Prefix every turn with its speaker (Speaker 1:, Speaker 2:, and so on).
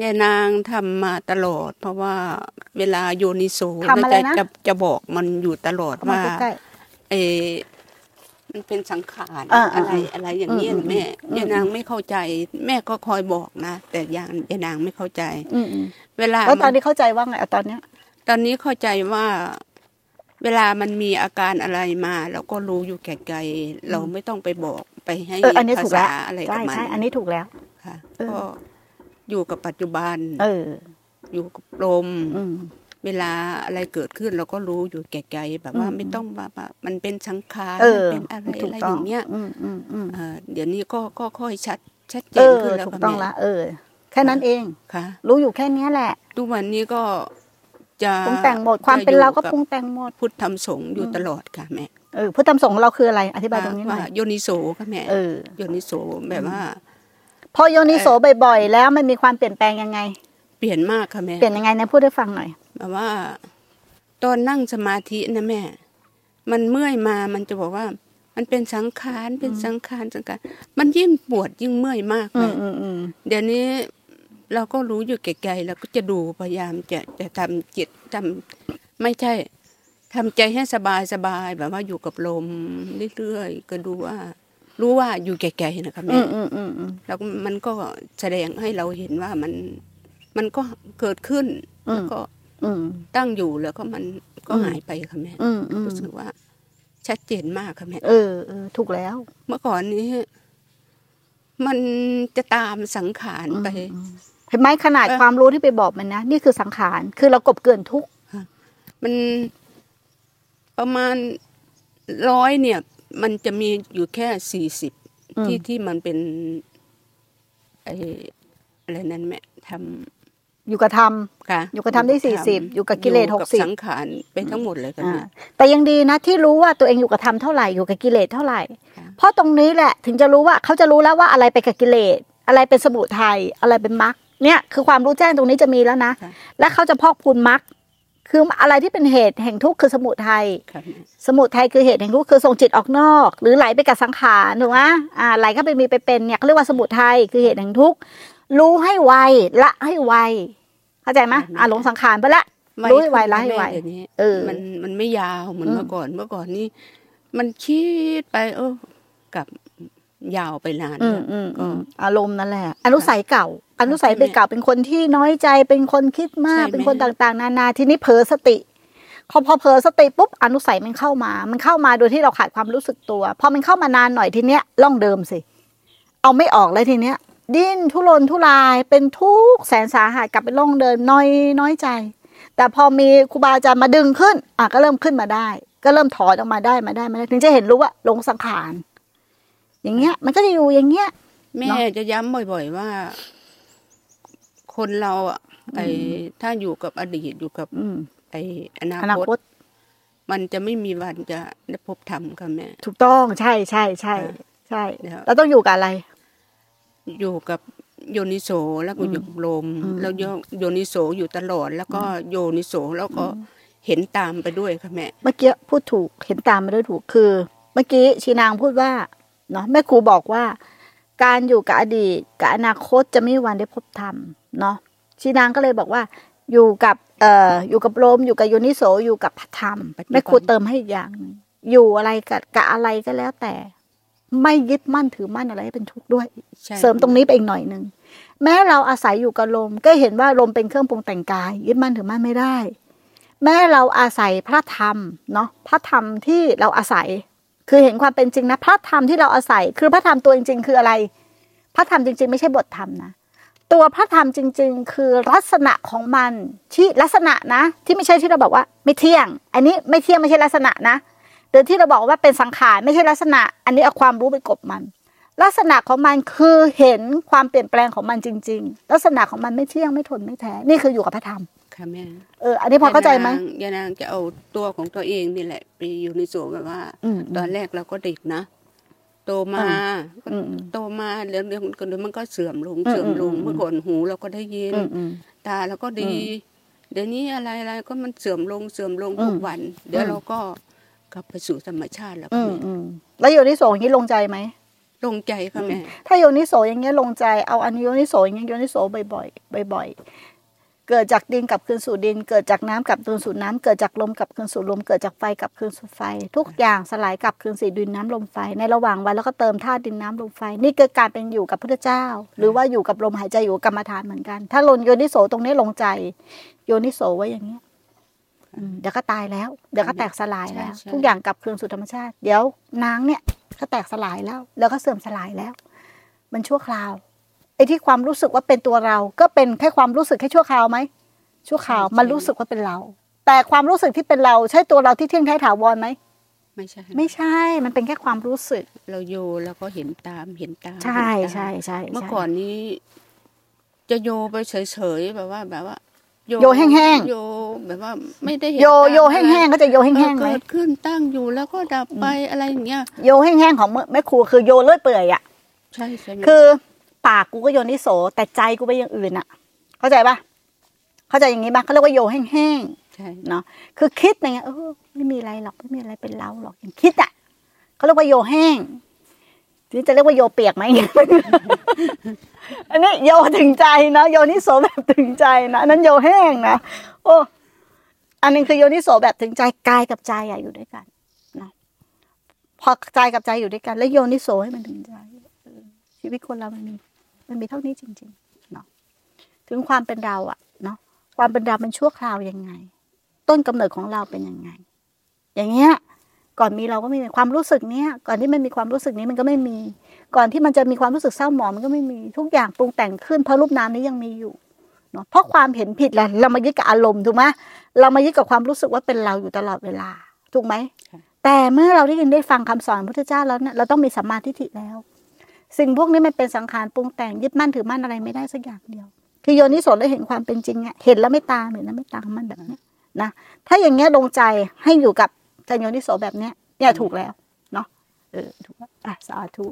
Speaker 1: ยายนางทำมาตลอด เพราะว่าเวลาโยนิโส
Speaker 2: ทำอะไรนะ
Speaker 1: จะจะบอกมันอยู่ตลอด
Speaker 2: เอามา
Speaker 1: ว่า
Speaker 2: ใกล้
Speaker 1: เออมันเป็นสังขาร
Speaker 2: อ่า
Speaker 1: อะไร
Speaker 2: อ่า
Speaker 1: อะไรอย่างนี้ย
Speaker 2: อืมอืม
Speaker 1: แม่
Speaker 2: อืม
Speaker 1: ยายนางไม่เข้าใจ แม่ก็คอยบอกนะแต่ยางยายนางไม่เข้าใจ
Speaker 2: ๆอืม
Speaker 1: เวลา
Speaker 2: ๆแล้วตอน
Speaker 1: มั
Speaker 2: นี้เข้าใจว่าไงเอาตอนเนี้ย
Speaker 1: ตอนนี้เข้าใจว่า เวลามันมีอาการอะไรมาเราก็รู้อยู่แก่ใจเราไม่ต้องไปบอกไปให้
Speaker 2: เอออันนี้
Speaker 1: ภา
Speaker 2: ถูกแล้ว
Speaker 1: ษาอะไรกั
Speaker 2: ใช่
Speaker 1: บมัน
Speaker 2: ใช่อันนี้ถูกแล้ว
Speaker 1: ค่ะ
Speaker 2: เออ
Speaker 1: ก็อยู่กับปัจจุบัน
Speaker 2: เออ
Speaker 1: อยู่กับลม
Speaker 2: อืม
Speaker 1: เวลาอะไรเกิดขึ้นเราก็รู้อยู่แก่ใจแบบว่า
Speaker 2: อืม
Speaker 1: ไม่ต้องมามามันเป็นสังขาร
Speaker 2: เออ
Speaker 1: มันเป็นอะไร
Speaker 2: ถู
Speaker 1: อะ
Speaker 2: ก
Speaker 1: ไร
Speaker 2: ต้
Speaker 1: อ
Speaker 2: อง
Speaker 1: ย่างเงี้ย
Speaker 2: อืมอืมอืม
Speaker 1: เอ่อเดี๋ยวนี้ก็ก็ค่อยชัดชัดเจ
Speaker 2: เอน อ
Speaker 1: ขึ้นแล้ว
Speaker 2: ถูก
Speaker 1: ค่ะ
Speaker 2: ต้อง
Speaker 1: แม่
Speaker 2: ละเออ แค่นั้นเอง
Speaker 1: ค่ะ
Speaker 2: รู้อยู่แค่เนี้ยแหละ
Speaker 1: ทุกวันนี้ก็จะ
Speaker 2: ปรุงแต่งหมดความเป็นเราก็ปรุงแต่งหมด
Speaker 1: พุทธธรรมสงฆ์อยู่
Speaker 2: อืม
Speaker 1: ตลอดค่ะแม่
Speaker 2: เออพุทธธรรมสงฆ์ของเราคืออะไรอธิบายตรงนี้หน่
Speaker 1: ว่า
Speaker 2: อย
Speaker 1: โยนิโสค่ะแม่
Speaker 2: เออ
Speaker 1: โยนิโสแบบว่า
Speaker 2: พอโยนิโสบ่อยๆ แล้วมันมีความเปลี่ยนแปลงยังไง
Speaker 1: เปลี่ยนมากค่ะแม่
Speaker 2: เปลี่ยนยังไงนะพูดให้ฟังหน่อย
Speaker 1: แบบว่า ตอนนั่งสมาธินะแม่ มันเมื่อยมามันจะบอกว่า มันเป็นสังขารเป็นสังขารสังขารมันยิ่งปวดยิ่งเมื่อยมาก
Speaker 2: อื
Speaker 1: เล
Speaker 2: ม
Speaker 1: ย
Speaker 2: อืมอืม
Speaker 1: เดี๋ยวนี้เราก็รู้อยู่แก่ใจเราก็จะดูพยายามจะจะทำจิตทำไม่ใช่ทำใจให้สบายสบายแบบว่าอยู่กับลมเรื่อยๆก็ดูว่า รู้ว่าอยู่แก่ใจนะคะ
Speaker 2: อื
Speaker 1: แม่
Speaker 2: มอืมอืมอืม
Speaker 1: แล้วมันก็แสดงให้เราเห็นว่ามันมันก็เกิดขึ้น
Speaker 2: อืม
Speaker 1: แล้วก็
Speaker 2: อืม
Speaker 1: ตั้งอยู่แล้วก็มันก็
Speaker 2: อืม
Speaker 1: หายไปค่ะแม่
Speaker 2: อืมอืม
Speaker 1: รู้สึกว่า ชัดเจนมากค่ะแม่
Speaker 2: เออเออถูกแล้ว
Speaker 1: เมื่อก่อนนี้ มันจะตามสังขารไป
Speaker 2: เห็นไหมขนาด
Speaker 1: เออ
Speaker 2: ความรู้ที่ไปบอกมันนะ นี่คือสังขาร คือเรากลบเกลื่อนทุกข์
Speaker 1: มันประมาณร้อยเนี่ย มันจะมีอยู่แค่สี่สิบ
Speaker 2: อืม
Speaker 1: ที่ที่มันเป็นไออะไรนั้นแม่ท
Speaker 2: อยู่กับธรรม
Speaker 1: ำค่ะ
Speaker 2: อยู่กับธรรมได้
Speaker 1: ธรรม
Speaker 2: 40อยู่กับกิเล
Speaker 1: อ
Speaker 2: ส
Speaker 1: ยู่
Speaker 2: หกสิบ
Speaker 1: สังขารไปทั้งหมดเลยกัน
Speaker 2: อ่า
Speaker 1: แม่
Speaker 2: แต่ยังดีนะที่รู้ว่าตัวเองอยู่กับธรรมเท่าไหร่อยู่กับกิเลสเท่าไหร่
Speaker 1: ค่ะ
Speaker 2: เพราะตรงนี้แหละถึงจะรู้ว่าเขาจะรู้แล้วว่าอะไรไปนกับกิเลส อะไรเป็นสมุทัยอะไรเป็นมรรคเนี่ยคือความรู้แจ้งตรงนี้จะมีแล้วนะ
Speaker 1: ค่ะ
Speaker 2: และเขาจะพอกพูนมรรคคืออะไรที่เป็นเหตุแห่งทุกข์คือสมุทัย
Speaker 1: ค่ะแม่
Speaker 2: สมุทัยคือเหตุแห่งทุกข์คือส่งจิตออกนอก หรือไหลไปกับสังขารถูกไหมอ่าไหลเข้าไปมีไปเป็นเนี่ยเขาเรียกว่าสมุทัยคือเหตุแห่งทุกข์รู้ให้ไวละให้ไวเข้าใจไหมอ่าหลงสังขารไปละ รู้ให้ไวละให้ไว
Speaker 1: เดี๋ยวนี้
Speaker 2: เออ
Speaker 1: มันมันไม่ยาวเหมือน
Speaker 2: อืม
Speaker 1: เมื่อก่อน เมื่อก่อนนี่มันคิดไป เออกับยาวไปนาน
Speaker 2: อื
Speaker 1: แล้
Speaker 2: ม
Speaker 1: ว
Speaker 2: อืมอืมอารมณ์นั่นแหละ อนุสัยเก่า อนุสัย
Speaker 1: ใช่ไหม
Speaker 2: ไปเก่าเป็นคนที่น้อยใจเป็นคนคิดมาก
Speaker 1: ใช่ไหม
Speaker 2: เป็นคนต่างๆ นานาทีนี้เผลอสติพอพอเผลอสติปุ๊บอนุสัยมันเข้ามา มันเข้ามาโดยที่เราขาดความรู้สึกตัวพอมันเข้ามานานหน่อยทีเนี้ยล่องเดิมสิ เอาไม่ออกเลยทีเนี้ย ดิ้นทุรนทุรายเป็นทุกข์แสนสาหัสกลับไปล่องเดิมน้อยน้อยใจ แต่พอมีครูบาอาจารย์มาดึงขึ้นอ่ะก็เริ่มขึ้นมาได้ ก็เริ่มถอนออกมาได้มาได้มาได้ถึงจะเห็นรู้ว่าหลงสังขารอย่างเงี้ย มันก็จะอยู่อย่างเงี้ย
Speaker 1: แม่
Speaker 2: เนาะ
Speaker 1: จะย้ำบ่อยๆว่า คนเราอะไอ้ถ้าอยู่กับอดีตอยู่กับ
Speaker 2: อืม
Speaker 1: ไอ้อนา
Speaker 2: อนา
Speaker 1: ค
Speaker 2: ค
Speaker 1: ต
Speaker 2: ต
Speaker 1: มันจะไม่มีวันจะได้พบธรรมค่ะแม่
Speaker 2: ถูกต้องใช่ใช่ใช่ใช่
Speaker 1: เดี๋ยว
Speaker 2: แล้วต้องอยู่กับอะไร
Speaker 1: อยู่กับโยนิโสแล้วก็อยู่กับลม
Speaker 2: อืม
Speaker 1: แล้วโยโยนิโสอยู่ตลอด แล้วก็โยนิโสแล้วก็เห็นตามไปด้วยค่ะแม่
Speaker 2: เมื่อกี้พูดถูกเห็นตามมาด้วยถูกคือ เมื่อกี้ชีนางพูดว่าเนาะแม่ครูบอกว่า การอยู่กับอดีตกับอนาคตจะไม่มีวันได้พบธรรมเนาะชีนางก็เลยบอกว่า อยู่กับเอ่ออยู่กับลมอยู่กับโยนิโสอยู่กับธรรม
Speaker 1: ปัจจุบัน
Speaker 2: แม่ครูเติมให้อีกอย่างหนึ่งอยู่อะไรกับกับอะไรก็แล้วแต่ ไม่ยึดมั่นถือมั่นอะไรให้เป็นทุกข์ด้วย
Speaker 1: ใช่
Speaker 2: เสริมตรงนี้ไปอีกหน่อยหนึ่งแม้เราอาศัยอยู่กับลม ก็เห็นว่าลมเป็นเครื่องปรุงแต่งกายยึดมั่นถือมั่นไม่ได้ แม้เราอาศัยพระธรรมเนาะพระธรรมที่เราอาศัย คือเห็นความเป็นจริงนะ พระธรรมที่เราอาศัย คือพระธรรมตัวจริงๆคืออะไร พระธรรมจริง ๆ ไม่ใช่บทธรรมนะ ตัวพระธรรมจริง ๆ คือลักษณะของมันที่ลักษณะนะ ที่ไม่ใช่ที่เราบอกว่า ไม่เที่ยง อันนี้ไม่เที่ยงไม่ใช่ลักษณะนะหรือที่เราบอกว่าเป็นสังขารไม่ใช่ลักษณะ อันนี้เอาความรู้ไปกลบมัน ลักษณะของมันคือเห็นความเปลี่ยนแปลงของมันจริง ๆ ลักษณะของมันไม่เที่ยงไม่ทนไม่แท้ นี่คืออยู่กับพระธรรม
Speaker 1: ค่ะแม่
Speaker 2: เออ อันนี้พอเข้าใจไหม
Speaker 1: ยายนางยายนางจะเอาตัวของตัวเองนี่แหละ ไปอยู่ในโสแบบว่า
Speaker 2: อืม
Speaker 1: ตอนแรกเราก็เด็กนะ โตมา
Speaker 2: อื อืม
Speaker 1: โตมาเรื่องเรื่องคนมันก็เสื่อมลง
Speaker 2: อืม
Speaker 1: เสื่อมลง
Speaker 2: อืม
Speaker 1: เมื่อก่อนหูเราก็ได้ยิน
Speaker 2: อืมอืม
Speaker 1: ตาเราก็ดี เดี๋ยวนี้อะไรอะไรก็มันเสื่อมลงเสื่อมลง
Speaker 2: อืม
Speaker 1: ทุกวัน เดี๋ยว
Speaker 2: อืม
Speaker 1: เราก็ กลับไปสู่ธรรมชาติแล้ว
Speaker 2: อื
Speaker 1: ค่ะแม่
Speaker 2: มอืมแล้วโยนิโสอย่างนี้ลงใจไหม
Speaker 1: ลงใจค่ะแม่
Speaker 2: ถ้าโยนิโสอย่างเงี้ยลงใจเอาอันโยนิโสอย่างเงี้ยโยนิโสบ่อยๆบ่อยๆเกิดจากดินกลับคืนสู่ดิน เกิดจากน้ำกลับคืนสู่น้ำเกิดจากลมกลับคืนสู่ลมเกิดจากไฟกลับคืนสู่ไฟ ทุกอย่างสลายกลับคืนสู่ดินน้ำลมไฟในระหว่างวันแล้วก็เติมธาตุดินน้ำลมไฟ นี่คือการเป็นอยู่กับพระเจ้า หรือว่าอยู่กับลมหายใจอยู่กับกรรมฐานเหมือนกัน ถ้าลนโยนิโสตรงนี้ลงใจ โยนิโสไว้อย่างเงี้ยอืมเดี๋ยวก็ตายแล้วเดี๋ยวก็แตกสลายแล้ว
Speaker 1: ใช่ใช่
Speaker 2: ทุกอย่างกลับคืนสู่ธรรมชาติ เดี๋ยวนางเนี่ยก็แตกสลายแล้ว แล้วก็เสื่อมสลายแล้ว มันชั่วคราวไอ้ที่ความรู้สึกว่าเป็นตัวเรา ก็เป็นแค่ความรู้สึกแค่ชั่วคราวไหมชั่วคราว
Speaker 1: ใช่
Speaker 2: มันรู้สึกว่าเป็นเรา แต่ความรู้สึกที่เป็นเราใช่ตัวเราที่เที่ยงแท้ถาวรไหม
Speaker 1: ไม่ใช่นะ
Speaker 2: ไม่ใช่ มันเป็นแค่ความรู้สึก
Speaker 1: เราโยแล้วก็เห็นตามเห็นตาม
Speaker 2: ใช่
Speaker 1: เห็นตาม
Speaker 2: ใช่ใช่ใช่
Speaker 1: เมื่อก่อนนี้ จะโยไปเฉยๆแบบว่าแบบว่า
Speaker 2: โยแห้ง
Speaker 1: โยแบบว่าไม่ได้เห็น
Speaker 2: ๆโยโย
Speaker 1: ตามอะไร
Speaker 2: แห้งๆก็จะโย
Speaker 1: เออ
Speaker 2: แห้งๆไหม
Speaker 1: เกิดขึ้นตั้งอยู่แล้วก็ดับไปอะไรอย่างเงี้ย
Speaker 2: โยแห้งๆของแม่ครูคือโยเลื่อยเปื่อยอ่ะ
Speaker 1: ใช่ใช่ไหม
Speaker 2: คือปากกูก็โยนิโสแต่ใจกูไปอย่างอื่นอ่ะ เข้าใจปะเข้าใจอย่างนี้ปะเขาเรียกว่าโยแห้งๆ
Speaker 1: ใช่
Speaker 2: เนาะคือคิดอย่างเงี้ยเออไม่มีอะไรหรอกไม่มีอะไรเป็นเราหรอกอย่างคิดอ่ะเขาเรียกว่าโยแห้งทีนี่จะเรียกว่าโยเปียกไหม อันนี้โยถึงใจเนาะโยนิโสแบบถึงใจนะอันนั้นโยแห้งนะโอ้อันหนึงคือโยนิโสแบบถึงใจกายกับใจอะอยู่ด้วยกันนะพอใจกับใจอยู่ด้วยกัน แล้วโยนิโสให้มันถึงใจเออชีวิตคนเรามันมีมันมีเท่านี้จริงๆเนาะถึงความเป็นเราอะเนาะความเป็นเรามันชั่วคราวยังไง ต้นกำเนิดของเราเป็นยังไง อย่างเงี้ย ก่อนมีเราก็ไม่มีความรู้สึกเนี้ย ก่อนที่มันมีความรู้สึกนี้มันก็ไม่มี ก่อนที่มันจะมีความรู้สึกเศร้าหมองมันก็ไม่มี ทุกอย่างปรุงแต่งขึ้นเพราะรูปนามนี้ยังมีอยู่ เนาะ เพราะความเห็นผิดแหละเรามายึดกับอารมณ์ถูกไหมเรามายึดกับความรู้สึกว่าเป็นเราอยู่ตลอดเวลา ถูกไหม
Speaker 1: ค่ะ
Speaker 2: แต่เมื่อเราได้ยินได้ฟังคำสอนพระพุทธเจ้าแล้วเนี่ยเราต้องมีสัมมาทิฏฐิแล้ว สิ่งพวกนี้มันเป็นสังขารปรุงแต่งยึดมั่นถือมั่นอะไรไม่ได้สักอย่างเดียว คือโยนิโสได้เห็นความเป็นจริงอะเห็นแล้วไม่ตามเห็นแล้วไม่ตามมันแบบเนี้ย นะถ้าอย่างเงี้ยลงใจให้อยู่กับจันโยนิโสแบบเนี้ยเนี่ยถูกแล้ว เนาะเออถูกแล้วอ่ะสาธุ